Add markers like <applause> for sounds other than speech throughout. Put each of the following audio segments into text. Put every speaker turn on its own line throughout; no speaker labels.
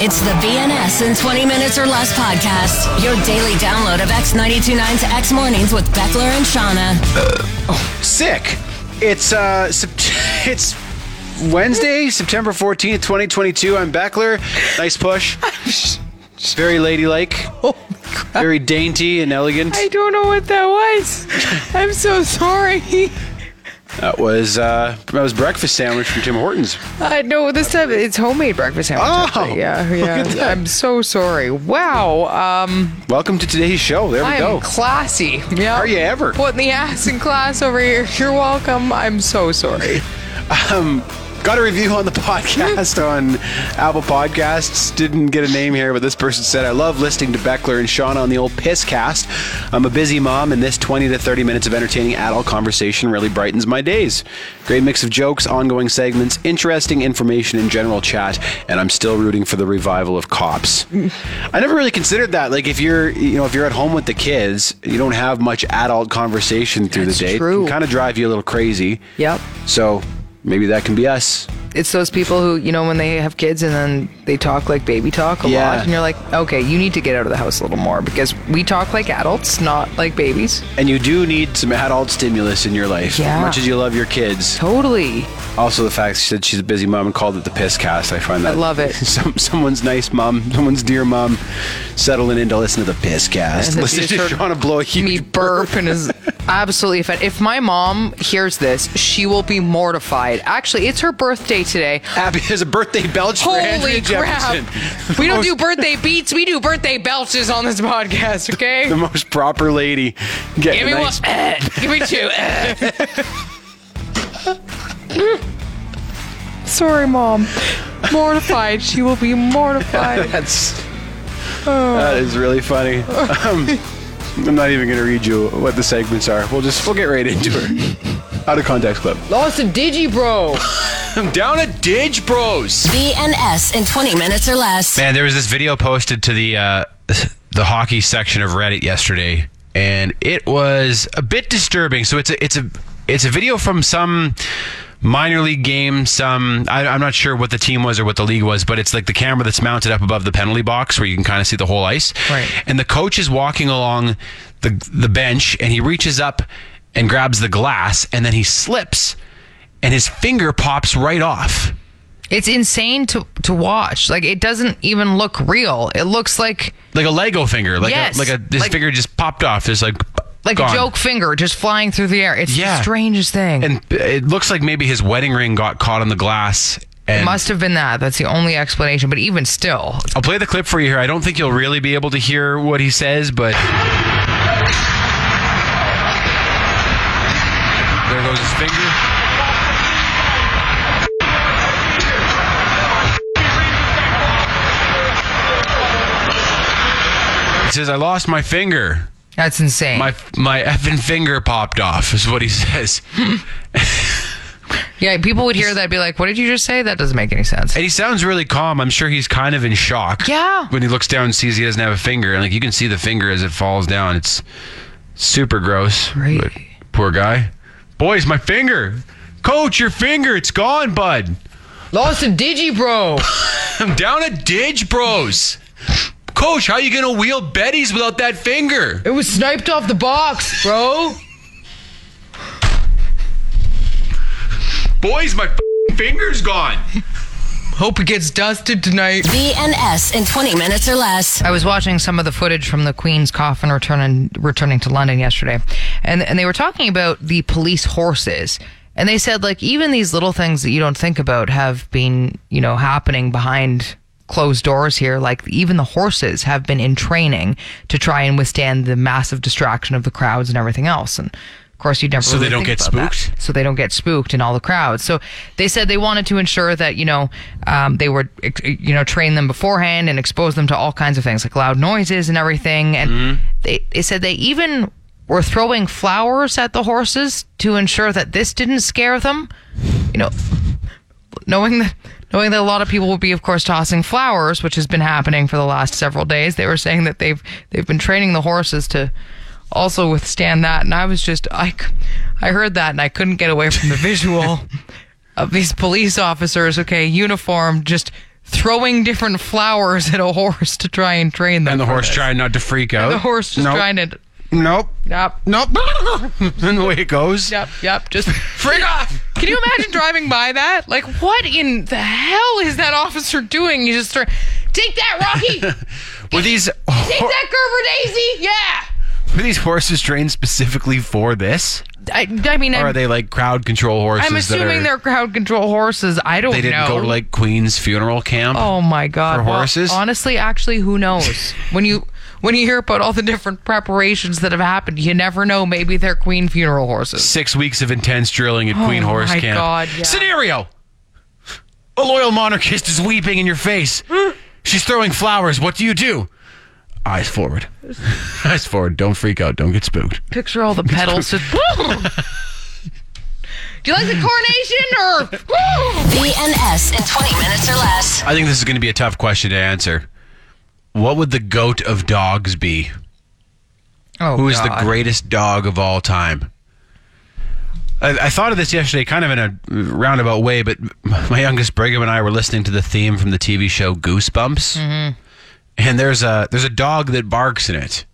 It's the BNS in 20 Minutes or Less podcast, your daily download of X929's X Mornings with Beckler and Shauna.
sick. It's uh, Sept- <laughs> it's Wednesday, September fourteenth, twenty twenty-two. I'm Beckler. Nice push. Very ladylike. Very dainty and elegant.
I don't know what that was. I'm so sorry.
That was uh, that was breakfast sandwich from Tim Hortons.
<laughs> I know this stuff. It's homemade breakfast sandwich.
Oh,
actually. yeah,
look at
yeah.
that.
I'm so sorry. Wow. Um,
Welcome to today's show. There we
I'm
go.
classy. Yeah.
Are you ever?
What in the ass in class over here? You're welcome. I'm so sorry.
Got a review on the <laughs> podcast on Apple Podcasts. Didn't get a name here, but this person said, I love listening to Beckler and Sean on the old piss cast. I'm a busy mom, and this 20 to 30 minutes of entertaining adult conversation really brightens my days. Great mix of jokes, ongoing segments, interesting information, and general chat, and I'm still rooting for the revival of
<laughs>
cops. I never really considered that. Like, if you're, you know, if you're at home with the kids, you don't have much adult conversation through
That's
the day. It
true.
can kind of drive you a little crazy.
Yep.
So maybe that can be us.
It's those people who, you know, when they have kids and then they talk like baby talk a
Yeah.
lot, and you're like, okay, you need to get out of the house a little more because we talk like adults, not like babies.
And you do need some adult stimulus in your life.
Yeah.
As much as you love your kids.
Totally.
Also, the fact she said she's a busy mom and called it the piss cast. I find that.
love
<laughs>
it.
Some, someone's nice mom, someone's dear mom, settling in to listen to the piss cast.
And then
Listen
you
to
just heard
Shauna blow a huge
me burp and is absolutely offended. If my mom hears this, she will be mortified. Actually, it's her birthday today.
<laughs> happy as a birthday belch for Andrea
Holy crap!
Jefferson. <laughs>
We don't
Most-
do birthday beats. We do birthday belches on this podcast. Okay,
The most proper lady. Getting
give me
a nice
one. eh, <laughs> give me two. eh. Sorry, mom. Mortified. She will be mortified.
That's that is really funny. Um, I'm not even going to read you what the segments are. We'll just we'll get right into her. Out of context clip.
<laughs> Lost a digi, bro.
I'm down at Didge Bros.
BNS in 20 Minutes or Less.
Man, there was this video posted to the uh, the hockey section of Reddit yesterday, and it was a bit disturbing. So it's a it's a it's a video from some minor league game. Some I, I'm not sure what the team was or what the league was, but it's like the camera that's mounted up above the penalty box where you can kind of see the whole ice.
Right.
And the coach is walking along the the bench, and he reaches up and grabs the glass, and then he slips, and his finger pops right off.
It's insane to to watch. Like it doesn't even look real. It looks like
like a Lego finger, like
Yes.
a, like a this
Like-
finger just popped off. There's like
like
gone.
a joke finger just flying through the air. It's
Yeah.
the strangest thing.
and it looks like maybe his wedding ring got caught on the glass. And
it must have been that. That's the only explanation. But even still,
I'll play the clip for you here. I don't think you'll really be able to hear what he says, but there goes his finger. He says, "I lost my finger."
that's insane.
My my effing finger popped off is what he <laughs> says, and
yeah, people would hear that and be like, "What did you just say? That doesn't make any sense."
he sounds really calm. I'm sure he's kind of in shock.
Yeah.
When he looks down and sees he doesn't have a finger, and like you can see the finger as it falls down. It's super gross.
Great.
But poor guy. Boys, my finger. Coach, your finger. It's gone, bud.
Lost a digi, bro.
I'm down at Didge Bros. Coach, how you gonna wheel Betty's without that finger?
It was sniped off the box, bro.
Boys, my f***ing finger's gone.
Hope it gets dusted tonight.
BNS in 20 Minutes or Less.
I was watching some of the footage from the Queen's coffin returning returning to London yesterday, and and they were talking about the police horses, and they said like even these little things that you don't think about have been you know happening behind closed doors here. Like even the horses have been in training to try and withstand the massive distraction of the crowds and everything else, and Of course, you'd never.
So they
really
don't
think
get
about that.
spooked?
So they don't get spooked in all the crowds. So they said they wanted to ensure that you know um, they would ex- you know train them beforehand and expose them to all kinds of things like loud noises and everything. And they they said they even were throwing flowers at the horses to ensure that this didn't scare them. You know, knowing that knowing that a lot of people would be of course tossing flowers which has been happening for the last several days they were saying that they've they've been training the horses to also withstand that and i was just i c- I heard that and i couldn't get away from the
<laughs>
visual of these police officers okay uniformed just throwing different flowers at a horse to try and train them
And the
for
horse
this.
trying not to freak out.
the horse just
nope.
trying to
Nope.
Yep.
Nope. <laughs> and the way it goes.
Yep, yep. Just
Freak off.
Can you imagine driving by that? Like, what in the hell is that officer doing? You just start, take that,
<laughs>
Rocky. take
Were these
that, Gerber Daisy. Yeah.
were these horses trained specifically for this,
I, I mean,
or
I'm,
are they like crowd control horses?
I'm assuming
that
they're crowd control horses. I don't
are, they didn't
know.
go to like Queen's funeral camp.
oh my god,
for
Well,
horses?
honestly, actually, who
<laughs>
knows? when you when you hear about all the different preparations that have happened, you never know. Maybe they're queen funeral horses.
Six weeks of intense drilling at Queen Horse
Oh my
Camp.
God, yeah.
Scenario: A loyal monarchist is weeping in your face. She's throwing flowers. What do you do? Eyes forward. <laughs> Eyes forward. Don't freak out. Don't get spooked.
Picture all the petals. just,
<laughs>
Do you like the coronation or?
BNS in 20 minutes or less.
I think this is going to be a tough question to answer. What would the goat of dogs be?
Oh,
Who is
God.
the greatest dog of all time? I, I thought of this yesterday, kind of in a roundabout way, but my youngest Brigham and I were listening to the theme from the TV show Goosebumps, and there's a there's a dog that barks in it.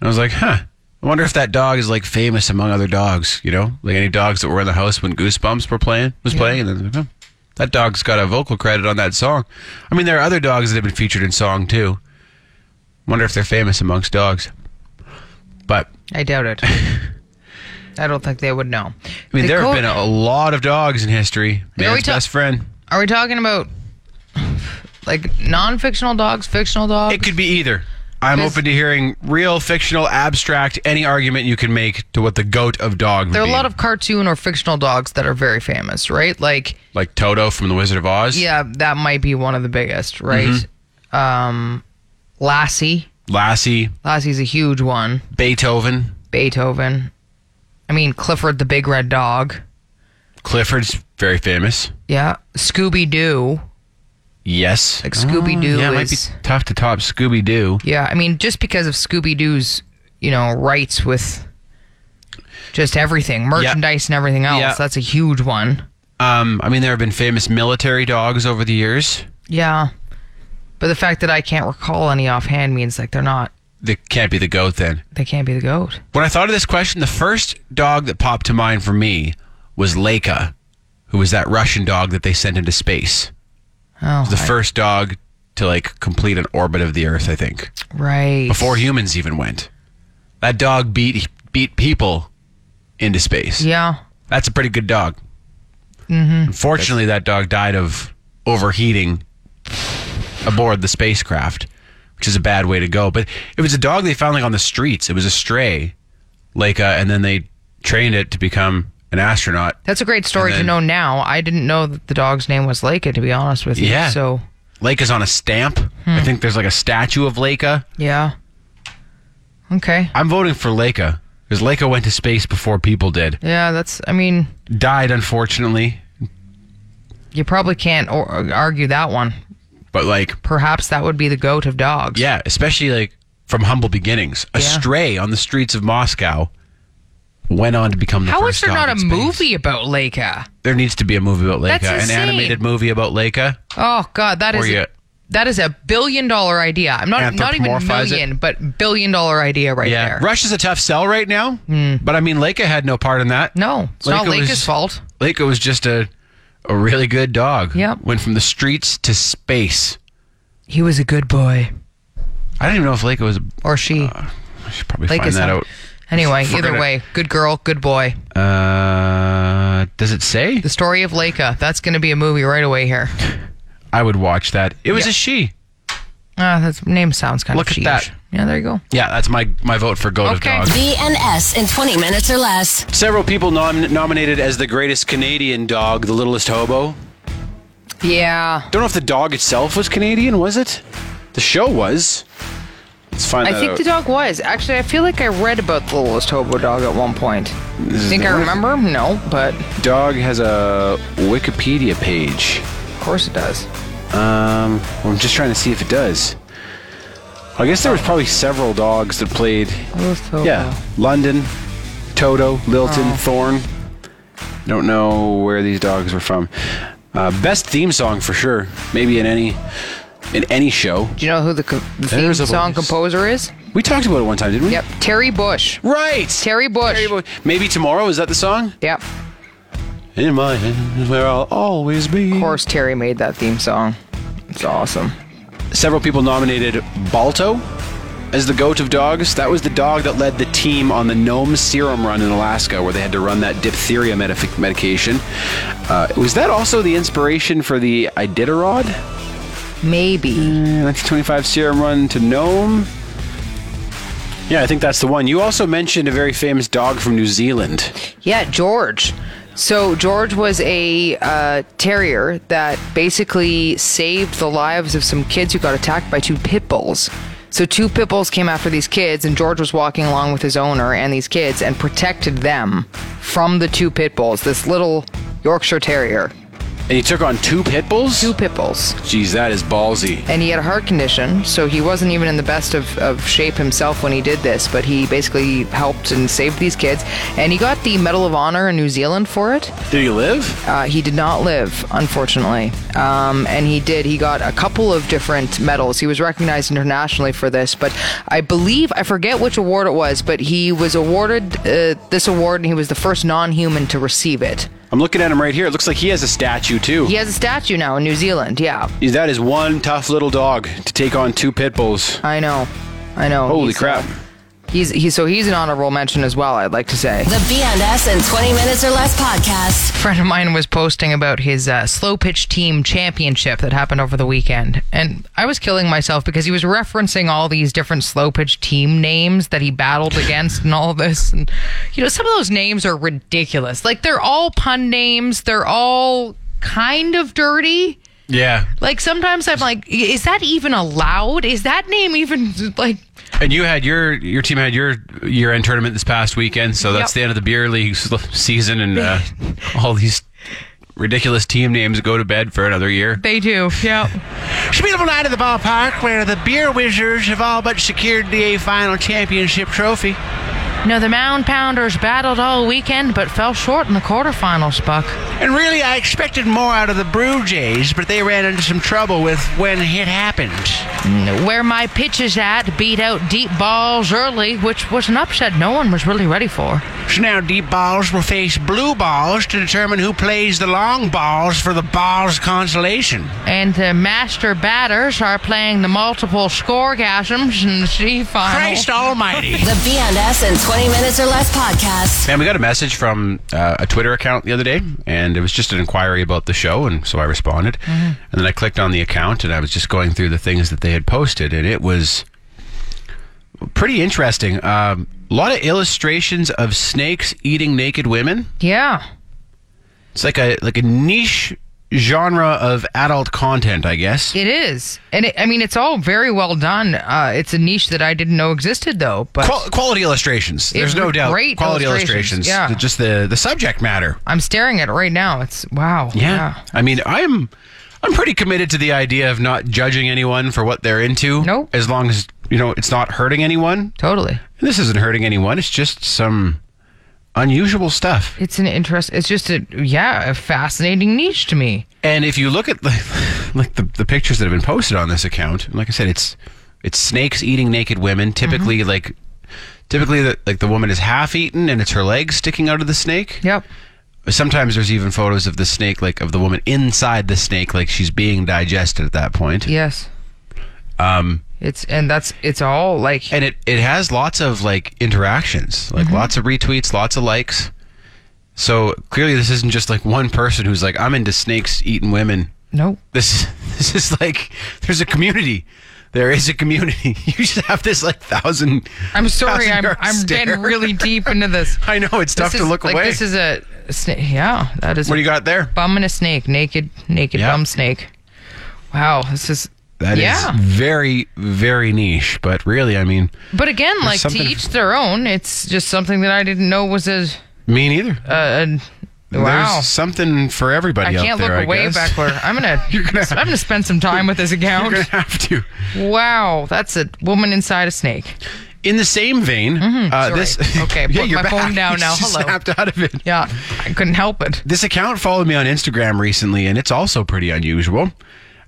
And I was like, huh. I wonder if that dog is like famous among other dogs. You know, like any dogs that were in the house when Goosebumps were playing was playing, and then huh, that dog's got a vocal credit on that song. I mean, there are other dogs that have been featured in song too. Wonder if they're famous amongst dogs, but.
I doubt it. I don't think they would know.
I mean,
The
there
goat-
have been a lot of dogs in history.
Are we
Man's
ta-
best friend.
Are we talking about like non-fictional dogs, fictional dogs?
It could be either. I'm
Does-
open to hearing real, fictional, abstract, any argument you can make to what the goat of dog. Would
there are a
be.
lot of cartoon or fictional dogs that are very famous, right? Like,
like Toto from The Wizard of Oz.
yeah, that might be one of the biggest, right?
Mm-hmm.
Um, Lassie,
Lassie,
Lassie's a huge one.
Beethoven,
Beethoven. I mean, Clifford the Big Red Dog.
Clifford's very famous.
Yeah, Scooby Doo.
Yes. Oh,
Like Scooby-Doo
yeah, it
is-
might be tough to top Scooby Doo.
Yeah, I mean, just because of Scooby Doo's, you know, rights with just everything, merchandise and everything else,
Yeah.
that's a huge one.
Um, I mean, there have been famous military dogs over the years.
Yeah. But the fact that I can't recall any offhand means like they're not,
They can't be the goat then.
they can't be the goat.
When I thought of this question, the first dog that popped to mind for me was Leica, who was that Russian dog that they sent into space.
Oh,
The first dog to like complete an orbit of the Earth, I think,
right.
before humans even went. That dog beat beat people into space.
Yeah.
That's a pretty good dog. Unfortunately, that dog died of overheating aboard the spacecraft, which is a bad way to go. But it was a dog they found like on the streets. It was a stray, like, uh, and then they trained it to become an astronaut.
That's a great
And
story to
then-
know now. I didn't know that the dog's name was Leica, to be honest with you.
Yeah.
So,
Leica's on a stamp. I think there's like a statue of Leica.
yeah. Okay.
I'm voting for Leica because Leica went to space before people did.
Yeah, that's, I mean,
Died unfortunately,
you probably can't or- uh, argue that one.
but like
Perhaps that would be the goat of dogs.
Yeah, especially like from humble beginnings. A
Yeah.
stray on the streets of Moscow went on to become the
How is
first
there
dog
not a
in space.
movie about Leica?
There needs to be a movie about Leica,
That's
an
insane.
animated movie about Leica.
Oh God, that
Or
is
you-
that is a billion dollar idea. I'm not not even
Anthropomorphize it.
million, but billion dollar idea right
Yeah,
there. Hmm.
Russia's a tough sell right now, but I mean Leica had no part in that.
No, it's not
Leica
Leica's
was-
fault.
Leica was just a a really good dog.
Yep.
went from the streets to space.
He was a good boy,
I don't even know if Leica was.
or she.
I should probably
Leica's
Uh, find that
not-
out.
Anyway,
We're
either
gonna-
way, good girl, good boy.
Uh, does it say?
The story of Leica. That's going to be a movie right away here.
I would watch that. It was a she.
Ah, that name sounds kind
Look
of
at
cheap.
that.
Yeah, there you go.
Yeah, that's my my vote for goat
Okay.
of dog.
BNS in 20 minutes or less.
Several people nom- nominated as the greatest Canadian dog, the littlest hobo.
Yeah.
Don't know if the dog itself was Canadian, was it? The show was. Let's find
I
that
think
out.
the dog was. Actually, I feel like I read about the littlest hobo dog at one point. Think I remember? No, but of
dog has a Wikipedia page.
course it does.
Um, well, I'm just trying to see if it does. I guess there was probably several dogs that played.
Littlest hobo.
Yeah, London, Toto, Lilton,
Oh.
Thorn. Don't know where these dogs were from. Uh, best theme song for sure. Maybe in any in any show.
Do you know who the, co- the theme
There's a
song
voice.
composer is?
We talked about it one time, didn't we?
Yep, Terry Bush.
Right.
Terry Bush.
Terry Bush. Maybe tomorrow is that the song?
Yep.
In my hand, where I'll always be.
Of course, Terry made that theme song. It's awesome.
Several people nominated Balto as the goat of dogs. That was the dog that led the team on the gnome serum run in Alaska, where they had to run that diphtheria medif- medication. Uh, was that also the inspiration for the Iditarod
Maybe.
1925 serum run to gnome? Yeah, I think that's the one. You also mentioned a very famous dog from New Zealand.
Yeah, George. So George was a uh, terrier that basically saved the lives of some kids who got attacked by two pit bulls. So two pit bulls came after these kids, and George was walking along with his owner and these kids, and protected them from the two pit bulls. This little Yorkshire terrier,
And he took on two pit bulls?
two pit bulls.
Jeez, that is ballsy.
and he had a heart condition, so he wasn't even in the best of, of shape himself when he did this. But he basically helped and saved these kids, and he got the Medal of Honor in New Zealand for it.
Did he live?
Uh, he did not live, unfortunately, um, and he did. He got a couple of different medals. He was recognized internationally for this, but I believe I forget which award it was, but he was awarded uh, this award, and he was the first non-human to receive it.
I'm looking at him right here. It looks like he has a statue too.
He has a statue now in New Zealand. Yeah,
That is one tough little dog to take on two pit bulls.
I know, I know.
Holy
He's, uh,
crap.
He's he, so he's an honorable mention as well. I'd like to say.
The BNS in 20 minutes or less podcast.
A friend of mine was posting about his uh, slow pitch team championship that happened over the weekend, and I was killing myself because he was referencing all these different slow pitch team names that he battled against and all this. And you know, some of those names are ridiculous. Like they're all pun names. They're all kind of dirty.
Yeah.
Like sometimes I'm like, is that even allowed? Is that name even like?
And you had your your team had your year end tournament this past weekend, so that's
Yep.
the end of the beer league s- season,
<laughs>
and uh, all these ridiculous team names go to bed for another year.
They do. Yeah.
It's a beautiful night at the ballpark where the beer wizards have all but secured the A final championship trophy.
No, the Mound Pounders battled all weekend but fell short in the quarterfinals, Buck.
And really, I expected more out of the Brew Jays, but they ran into some trouble with when it happened.
Where my pitch is at beat out deep balls early, which was an upset no one was really ready for.
So now deep balls will face blue balls to determine who plays the long balls for the balls consolation.
And the master batters are playing the multiple scoregasms in the C final.
Christ <laughs> almighty.
The BNS in 20 minutes or less podcast.
Man, we got a message from uh, a Twitter account the other day, and it was just an inquiry about the show, and so I responded.
Mm-hmm.
And then I clicked on the account, and I was just going through the things that they had posted, and it was pretty interesting. Um, a lot of illustrations of snakes eating naked women.
Yeah.
It's like a like a niche genre of adult content, I guess.
It is. And it, I mean, it's all very well done. Uh, it's a niche that I didn't know existed, though. But
Qual- quality illustrations. There's no
were
doubt.
great
quality
illustrations,
illustrations.
yeah.
Just the the subject matter.
I'm staring at it right now. It's wow.
I mean, I'm I'm pretty committed to the idea of not judging anyone for what they're into.
Nope.
As long as you know it's not hurting anyone.
Totally.
And this isn't hurting anyone. It's just some unusual stuff.
It's an interest. It's just a yeah, a fascinating niche to me.
And if you look at <laughs> the, like the, the pictures that have been posted on this account, like I said, it's it's snakes eating naked women. Typically, like typically, the, like the woman is half eaten and it's her legs sticking out of the snake.
Yep.
Sometimes there's even photos of the snake, like of the woman inside the snake, like she's being digested at that point.
Yes.
Um,
It's and that's it's all like
and it it has lots of like interactions, like lots of retweets, lots of likes. So clearly, this isn't just like one person who's like, "I'm into snakes eating women."
Nope.
This <laughs> this is like there's a community. There is a community. <laughs> You just have this like thousand.
I'm sorry.
thousand
I'm
yard
I'm
stare.
getting really deep into this.
I know it's <laughs> tough
This
to
is-
look
like,
away.
This is a snake. Yeah, that is.
what
a
do you got there?
Bum and a snake, naked, naked
Yeah.
bum snake. Wow, this is.
That is
yeah.
very very niche, but really, I mean,
But again, like to
something-
each their own. It's just something that I didn't know was a.
me neither.
a, a wow.
There's something for everybody.
I
out
can't
there,
look
I
away
guess.
backward. I'm gonna.
<laughs> You're gonna have-
I'm gonna spend some time with this
<laughs> You're
account.
gonna have to.
Wow, that's a woman inside a snake.
In the same vein, uh, <laughs>
sorry.
this
Okay,
yeah,
put
you're
my
back.
phone
<laughs>
down
You
now.
just
Hello.
snapped out of it.
Yeah, I couldn't help it.
This account followed me on Instagram recently, and it's also pretty unusual.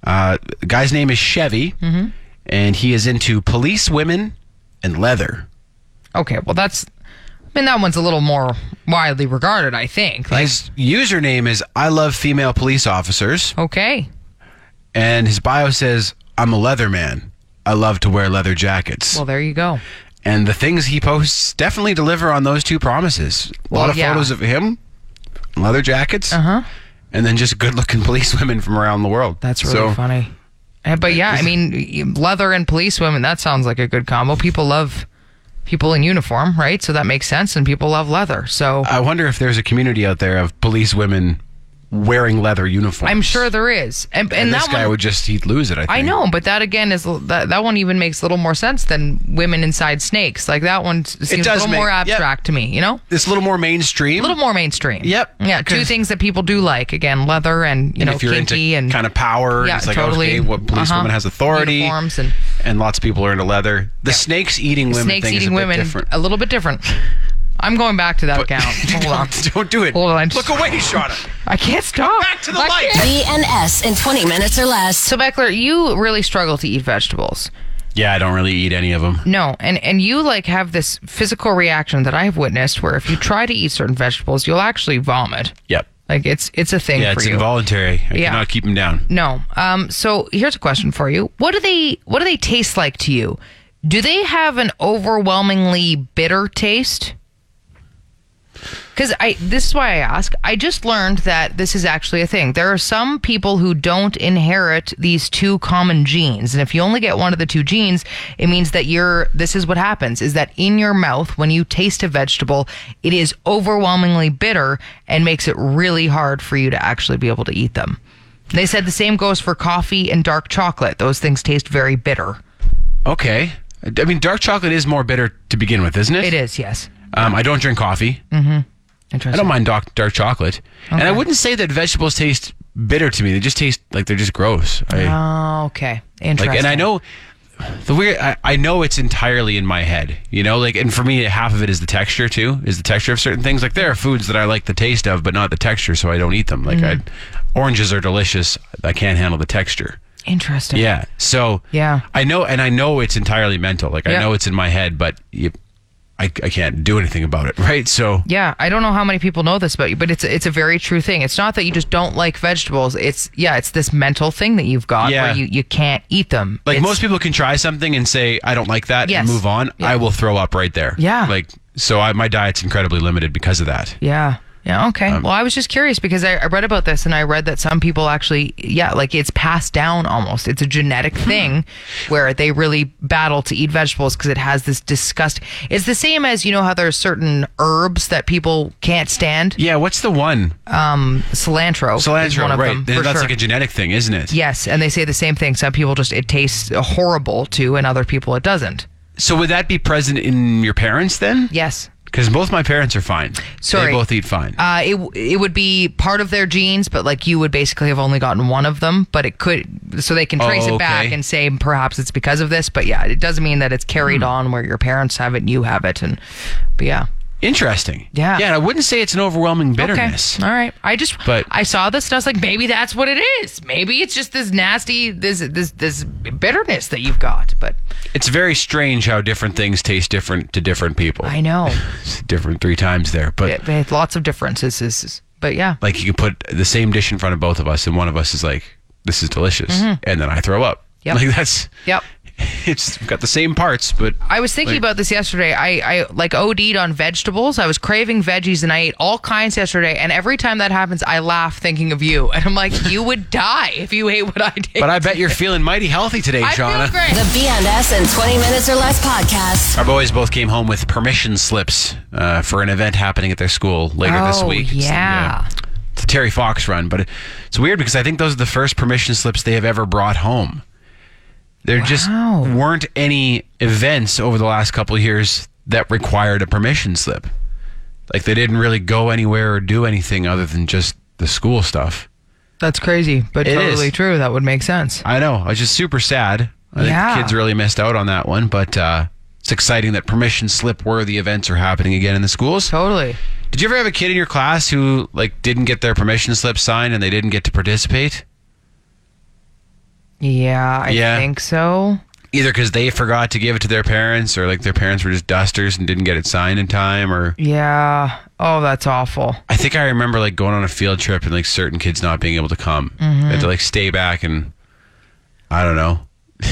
Uh, the guy's name is Chevy,
Mm-hmm.
and he is into police women and leather.
Okay, well that's. I mean that one's a little more widely regarded, I think. Like,
His username is I love female police officers,
okay,
and his bio says I'm a leather man. I love to wear leather jackets.
well there you go.
and the things he posts definitely deliver on those two promises. A lot
Well,
of
yeah.
photos of him, leather jackets, uh-huh. and then just good-looking <laughs> police women from around the world.
That's really
So,
funny. Uh, But yeah, I mean, leather and police women, that sounds like a good combo. People love people in uniform, right? So that makes sense. And people love leather. So
I wonder if there's a community out there of police women wearing leather uniforms.
I'm sure there is. And, and,
and
that
this guy
one,
would just—he'd lose it. I think.
I know, but that again is l- that, that one even makes a little more sense than women inside snakes. Like that one s- seems a
does
little more
make- yep.
abstract to me, you know?
It's a little more mainstream.
A little more mainstream.
Yep,
Yeah. Two
'cause-
things that people do like again leather and, you know,
if you're
kinky
into
and
kind of power,
Yeah,
it's like okay,
totally.
what police
Uh-huh.
woman has authority,
Uniforms and-
and lots of people are into leather. The snakes eating women
snakes
thing is
eating
a bit
women,
different.
a little bit different. I'm going back to that
<laughs>
account. Hold on.
don't, don't do it.
Hold on.
Look away, Shauna.
I can't stop.
Back to the
I
light.
can't.
BNS in 20 minutes or less.
So Beckler, you really struggle to eat vegetables.
Yeah, I don't really eat any of them.
No, and and you like have this physical reaction that I have witnessed where if you try to eat certain vegetables, you'll actually vomit.
Yep.
Like it's it's a thing
Yeah,
for
it's
you.
involuntary. I
Yeah.
cannot keep them down.
No. Um. So here's a question for you. What do they What do they taste like to you? Do they have an overwhelmingly bitter taste? Because I this is why I ask. I just learned that this is actually a thing. There are some people who don't inherit these two common genes, and if you only get one of the two genes, it means that you're. This is what happens: is that in your mouth when you taste a vegetable, it is overwhelmingly bitter and makes it really hard for you to actually be able to eat them. They said the same goes for coffee and dark chocolate. Those things taste very bitter.
Okay. I mean, dark chocolate is more bitter to begin with, isn't it?
It is, yes.
Um, I don't drink coffee. I
Interesting.
don't mind dark, dark chocolate. And I wouldn't say that vegetables taste bitter to me. They just taste like they're just gross. I,
Oh, okay. Interesting.
like, and I know the weird. I, I know it's entirely in my head. You know, like, and for me, half of it is the texture too. Is the texture of certain things. Like, there are foods that I like the taste of, but not the texture, so I don't eat them. Like,
Mm-hmm.
I oranges are delicious. I can't handle the texture.
Interesting.
Yeah. So
Yeah.
I know, and I know it's entirely mental. Like
Yeah.
I know it's in my head, but you, I, I can't do anything about it, <laughs> right? So
Yeah, I don't know how many people know this about you, but it's it's a very true thing. It's not that you just don't like vegetables. It's yeah, it's this mental thing that you've got
Yeah.
where you, you can't eat them.
like
It's-
most people can try something and say I don't like that
Yes.
and move on.
Yeah.
I will throw up right there.
Yeah.
Like so, I, my diet's incredibly limited because of that.
Yeah. Yeah. Okay.
Um,
well, I was just curious because I, I read about this and I read that some people actually, yeah, like it's passed down almost. It's a genetic
Hmm.
thing where they really battle to eat vegetables because it has this disgust. It's the same as, you know, how there are certain herbs that people can't stand.
Yeah. What's the one?
Um, cilantro. is
Cilantro,
one of
right?
them,
Then
for
that's
sure.
like a genetic thing, isn't it?
Yes, and they say the same thing. Some people just it tastes horrible to, and other people it doesn't.
So would that be present in your parents then?
Yes,
Because both my parents are fine.
Sorry.
They both eat fine.
uh, it w- it would be part of their genes, but like you would basically have only gotten one of them. But it could, so they can trace
Oh,
it back
okay.
and say perhaps it's because of this. But yeah, it doesn't mean that it's carried
Hmm.
on where your parents have it, and you have it, and but yeah.
Interesting.
Yeah.
Yeah. And I wouldn't say it's an overwhelming bitterness.
Okay. All right. I just
But-
I saw this and I was like, maybe that's what it is. Maybe it's just this nasty this this this bitterness that you've got. But
It's very strange how different things taste different to different people.
I know
different three times there, but
it, it- lots of differences. Is, is, but yeah.
like you can put the same dish in front of both of us, and one of us is like, "This is delicious," and then I throw up.
Mm-hmm. Yep.
Like that's
Yep.
<laughs> it's got the same parts, but
I was thinking about this yesterday. I, I like OD'd on vegetables. I was craving veggies and I ate all kinds yesterday. And every time that happens, I laugh thinking of you. <laughs> And I'm like, you would die if you ate what I did.
but I bet you're feeling mighty healthy today,
I feel
Shauna.
great.
The BNS in 20 Minutes or Less podcast.
Our boys both came home with permission slips uh, for an event happening at their school later this
Oh,
week. It's the, uh,
yeah.
the Terry Fox run, but it- it's weird because I think those are the first permission slips they have ever brought home. There just
Wow.
weren't any events over the last couple of years that required a permission slip. Like they didn't really go anywhere or do anything other than just the school stuff.
That's crazy, but
It
totally
is.
true. That would make sense.
I know. I was just super sad. I
Yeah.
think kids really missed out on that one, but uh, it's exciting that permission slip worthy events are happening again in the schools.
Totally.
Did you ever have a kid in your class who like didn't get their permission slip signed and they didn't get to participate?
Yeah, I
Yeah.
think so.
Either because they forgot to give it to their parents, or like their parents were just dusters and didn't get it signed in time, or
Yeah. Oh, that's awful.
I think I remember like going on a field trip and like certain kids not being able to come. They had to like stay back and I don't know, <laughs>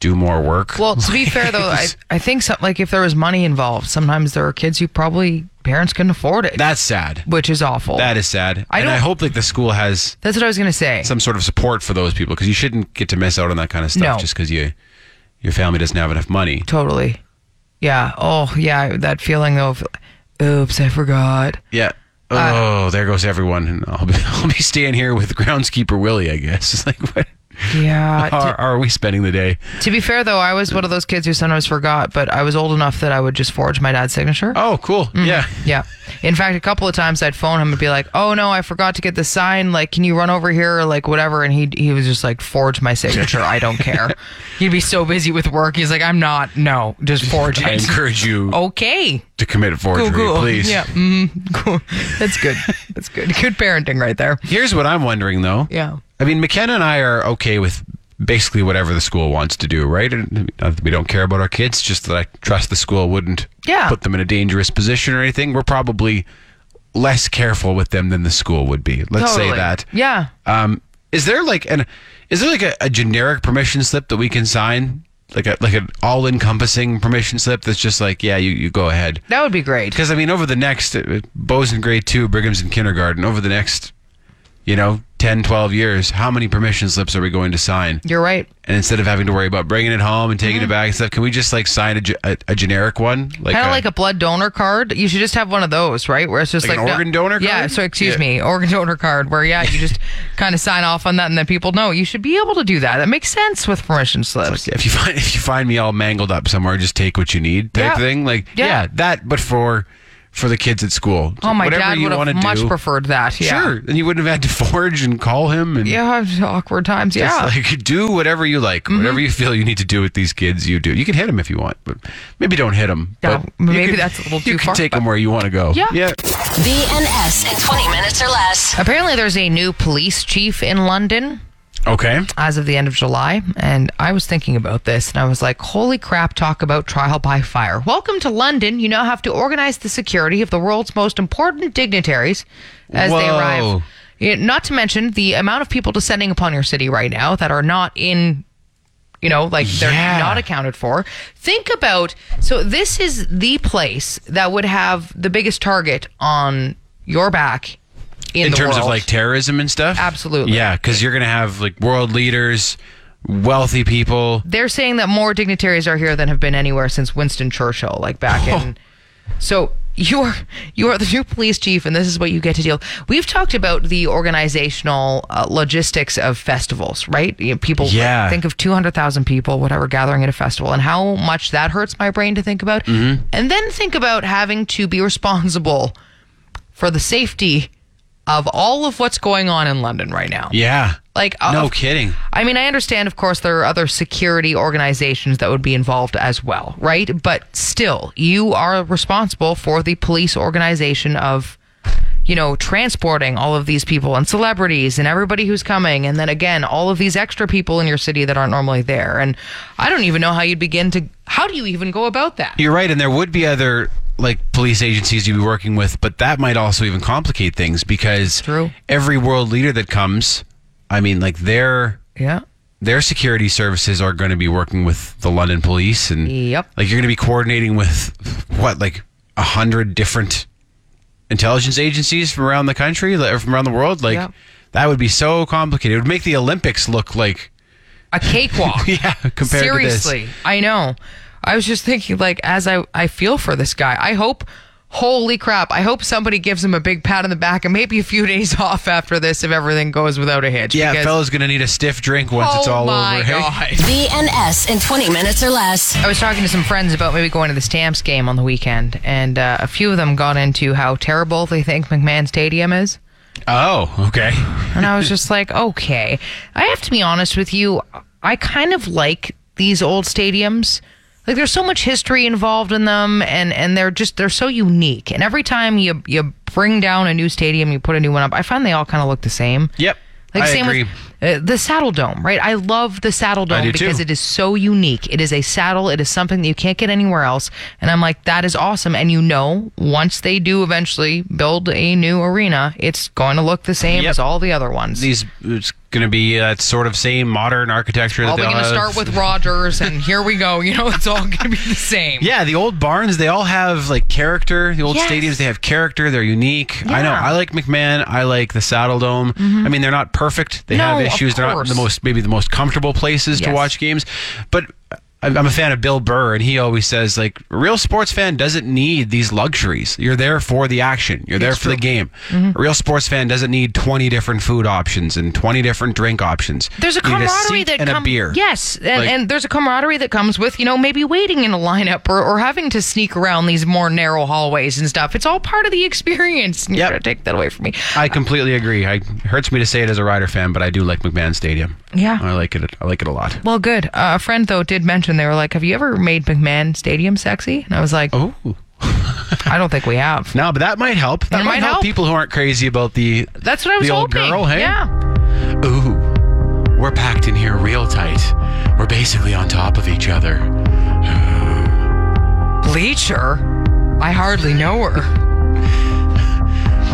do more work.
Well, to be fair though, I, I think some, like if there was money involved, sometimes there are kids who probably parents couldn't afford it,
that's sad.
which is awful.
That is sad.
I
and I
don't-
hope like the school has
That's what I was gonna say.
some sort of support for those people because you shouldn't get to miss out on that kind of stuff
No.
just because you your family doesn't have enough money.
Totally. Yeah. Oh, yeah. That feeling though. Of, Oops, I forgot.
Yeah. Oh,
Uh,
there goes everyone, and I'll be, <laughs> I'll be staying here with groundskeeper Willie. I guess. <laughs> It's like, what <laughs>
Yeah.
are, are we spending the day?
to, to be fair though, I was one of those kids who sometimes forgot, but I was old enough that I would just forge my dad's signature. Mm-hmm.
Oh, cool. Yeah.
Yeah. In fact, a couple of times I'd phone him and be like, "Oh no, I forgot to get the sign. Like, can you run over here or like whatever?" And he he was just like, "Forge my signature. I don't
<laughs>
care." He'd be so busy with work. He's like, "I'm not. No, just forge
I
it."
encourage you
okay.
to commit forgery,
Cool. Cool.
please.
Yeah. Mm, cool. That's good. That's good. Good parenting right there.
Here's what I'm wondering, though.
Yeah.
I mean, McKenna and I are okay with basically whatever the school wants to do, right? And Not that we don't care about our kids, just that I trust the school wouldn't
Yeah.
put them in a dangerous position or anything. We're probably less careful with them than the school would be. Let's say
Totally.
that.
Yeah.
Um, is there like an is there like a, a generic permission slip that we can sign? Like a like an all encompassing permission slip that's just like, yeah, you, you go ahead.
That would be great.
Because I mean, over the next uh, Bo's in grade two, Brigham's in kindergarten. Over the next, you know, 10, 12 years, how many permission slips are we going to sign?
You're right.
And instead of having to worry about bringing it home and
Mm-hmm.
taking it back and stuff, can we just like sign a, ge- a, a generic one? Like
Kind of like a blood donor card. You should just have one of those, right? Where it's just
Like
like,
an organ donor
Yeah.
card?
So excuse
Yeah.
me, organ donor card. Where yeah,
<laughs>
you just kind of sign off on that, and then people know you should be able to do that. That makes sense with permission slips.
if you <laughs> find if you find me all mangled up somewhere, just take what you need type
Yeah.
thing. Like yeah.
Yeah.
that. But for for the kids at school,
Oh my
Whatever
dad
you
would have
wanna
much
do,
preferred that. Yeah.
Sure, then you wouldn't have had to forge and call him and
Yeah. <laughs> Awkward times.
Just
Yeah.
<laughs>
Mm-hmm.
like do whatever you like, whatever you feel you need to do with these kids, you do. You can hit them if you want, but maybe don't hit them.
Yeah, maybe that's a little
You
too
can
far,
take
but-
them where you want to go.
Yeah.
BNS in 20 Minutes or Less.
Apparently, there's a new police chief in London.
Okay.
as of the end of July. And I was thinking about this and I was like, holy crap, talk about trial by fire. Welcome to London. You now have to organize the security of the world's most important dignitaries as they
Whoa.
arrive. Yeah, Not to mention the amount of people descending upon your city right now that are not in you know like they're
Yeah.
not accounted for think about so this is the place that would have the biggest target on your back in,
In
the
terms of
world.
like terrorism and stuff?
Absolutely.
Yeah, because you're going to have like world leaders, wealthy people.
they're saying that more dignitaries are here than have been anywhere since Winston Churchill, like back in. So you're you're the new police chief, and this is what you get to deal. We've talked about the organizational uh, logistics of festivals, right? You know, people
Yeah.
think of two hundred thousand people, whatever, gathering at a festival, and how much that hurts my brain to think about. And then think about having to be responsible for the safety of all of what's going on in London right now.
Yeah.
Like
no
of-
kidding.
I mean, I understand, of course, there are other security organizations that would be involved as well, right? But still, you are responsible for the police organization of, you know, transporting all of these people and celebrities and everybody who's coming. And then again, all of these extra people in your city that aren't normally there. And I don't even know how you'd begin to, how do you even go about that?
You're right, and there would be other like police agencies you'd be working with, but that might also even complicate things because
True.
every world leader that comes, I mean, like they're
Yeah.
their security services are going to be working with the London police and
Yep.
like you're going to be coordinating with what like a hundred different intelligence agencies from around the country like, or from around the world like
Yep.
that would be so complicated it would make the Olympics look like
a
<laughs>
cakewalk.
yeah compared
Seriously,
to this
I know. I was just thinking, like, as I I feel for this guy. I hope, holy crap! I hope somebody gives him a big pat on the back and maybe a few <laughs> days off after this if everything goes without a hitch.
yeah
because-
fella's going to need a stiff drink once
Oh
it's all
my
over <laughs> hey?
god!
VNS in 20 minutes or less.
I was talking to some friends about maybe going to the Stamps game on the weekend, and uh, a few of them got into how terrible they think McMahon Stadium is.
oh okay
And I was just like, okay. I have to be honest with you. I kind of like these old stadiums. Like there's so much history involved in them and and they're just they're so unique. And every time you you bring down a new stadium, you put a new one up, I find they all kind of look the same.
Yep.
Like
I
same
agree.
with uh, the Saddle Dome, right? I love the Saddle Dome
do
because
too.
it is so unique. It is a saddle. It is something that you can't get anywhere else. And I'm like, that is awesome. And you know, once they do eventually build a new arena, it's going to look the same
Yep.
as all the other ones.
these it's going to be that sort of same modern architecture that
Are we
they'll
going to
have.
start with Rogers? And here we go. You know, it's all going to be the same.
Yeah, the old barns, they all have like character. The old
Yes.
stadiums, they have character. They're unique. I know.
Yeah. Mm-hmm.
I like McMahon. I like the Saddle Dome. I mean, they're not perfect. They
No,
have
of
issues. They're not
course.
the most, maybe the most comfortable places to
Yes.
watch games. But I'm I'm a fan of Bill Burr, and he always says, like, a real sports fan doesn't need these luxuries. You're there for the action, you're there for the game.
Mm-hmm.
A real sports fan doesn't need 20 different food options and 20 different drink options.
There's a
You need
camaraderie
seat
that
and a
comes.
beer.
Yes, and,
Like-
and there's a camaraderie that comes with you know maybe waiting in a lineup or, or having to sneak around these more narrow hallways and stuff. It's all part of the experience. and You're
Yep.
gonna take that away from me.
I completely agree. I, it hurts me to say it as a Rider fan, but I do like McMahon Stadium.
Yeah.
I like it. I like it a lot.
Well, good. Uh, a friend though did mention they were like, "Have you ever made McMahon Stadium sexy?" And I was like,
Oh
<laughs> "I don't think we have."
no, but that might help. That
It
might,
might
help,
help.
people who aren't crazy about the
That's what I was
the old
hoping.
girl. Hey,
Yeah.
Ooh, we're packed in here real tight. We're basically on top of each other.
Bleacher. I hardly know her.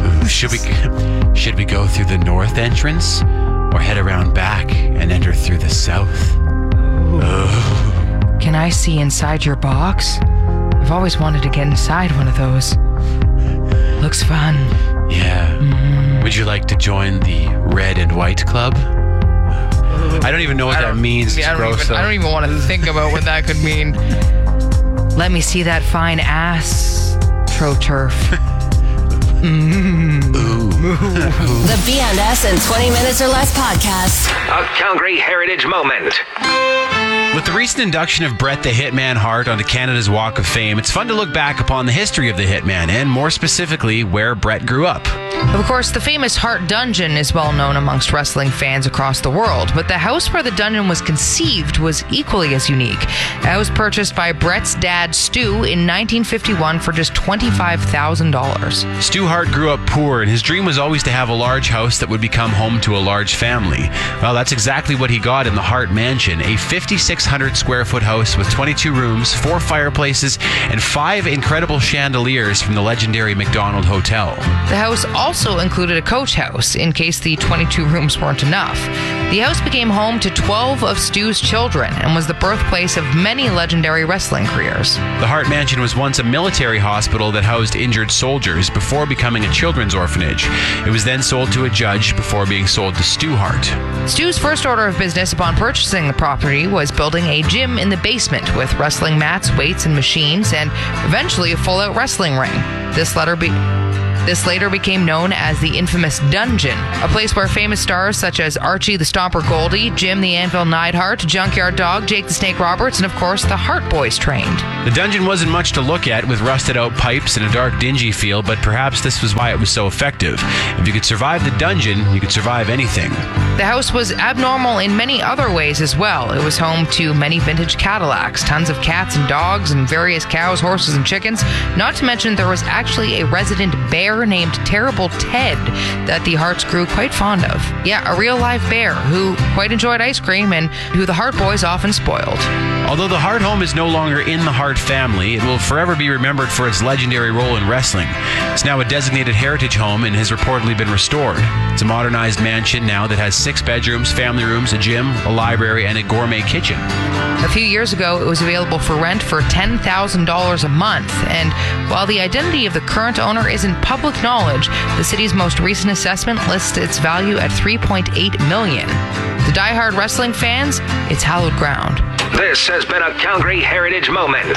Ooh, should we should we go through the north entrance or head around back and enter through the south?
Can I see inside your box? I've always wanted to get inside one of those. Looks fun.
Yeah.
Mm.
Would you like to join the red and white club? I don't even know what that
don't-
means.
yeah, I
It's
don't,
gross,
even, I
though.
don't even want to think about what that could mean. Let me see that fine ass, turf. <laughs>
The VNS in 20 minutes or less podcast.
A Calgary Heritage Moment.
With the recent induction of Brett the Hitman Hart onto Canada's Walk of Fame, it's fun to look back upon the history of the Hitman and, more specifically, where Brett grew up.
Of course, the famous Heart Dungeon is well known amongst wrestling fans across the world, but the house where the dungeon was conceived was equally as unique. It was purchased by Brett's dad, Stu, in 1951 for just $25,000.
Stu Hart grew up poor, and his dream was always to have a large house that would become home to a large family. Well, that's exactly what he got in the Hart Mansion a 5,600 square foot house with 22 rooms, four fireplaces, and five incredible chandeliers from the legendary McDonald Hotel.
The house also included a coach house in case the 22 rooms weren't enough. The house became home to 12 of Stu's children and was the birthplace of many legendary wrestling careers.
The Hart Mansion was once a military hospital that housed injured soldiers before becoming a children's orphanage. It was then sold to a judge before being sold to Stu Hart.
Stu's first order of business upon purchasing the property was building a gym in the basement with wrestling mats, weights, and machines, and eventually a full out wrestling ring. This letter be. This later became known as the infamous Dungeon, a place where famous stars such as Archie the Stomper Goldie, Jim the Anvil Neidhart, Junkyard Dog, Jake the Snake Roberts, and of course the Hart Boys trained.
The dungeon wasn't much to look at with rusted out pipes and a dark, dingy feel, but perhaps this was why it was so effective. If you could survive the dungeon, you could survive anything.
The house was abnormal in many other ways as well. It was home to many vintage Cadillacs, tons of cats and dogs, and various cows, horses, and chickens. Not to mention, there was actually a resident bear bear named Terrible Ted that the Hearts grew quite fond of. Yeah, a real live bear who quite enjoyed ice cream and who the Hart boys often spoiled.
Although the Hart home is no longer in the Hart family, it will forever be remembered for its legendary role in wrestling. It's now a designated heritage home and has reportedly been restored. It's a modernized mansion now that has six bedrooms, family rooms, a gym, a library, and a gourmet kitchen.
A few years ago, it was available for rent for $10,000 a month. And while the identity of the current owner isn't public knowledge, the city's most recent assessment lists its value at 3.8 million. To diehard wrestling fans, it's hallowed ground.
This has been a Calgary Heritage Moment.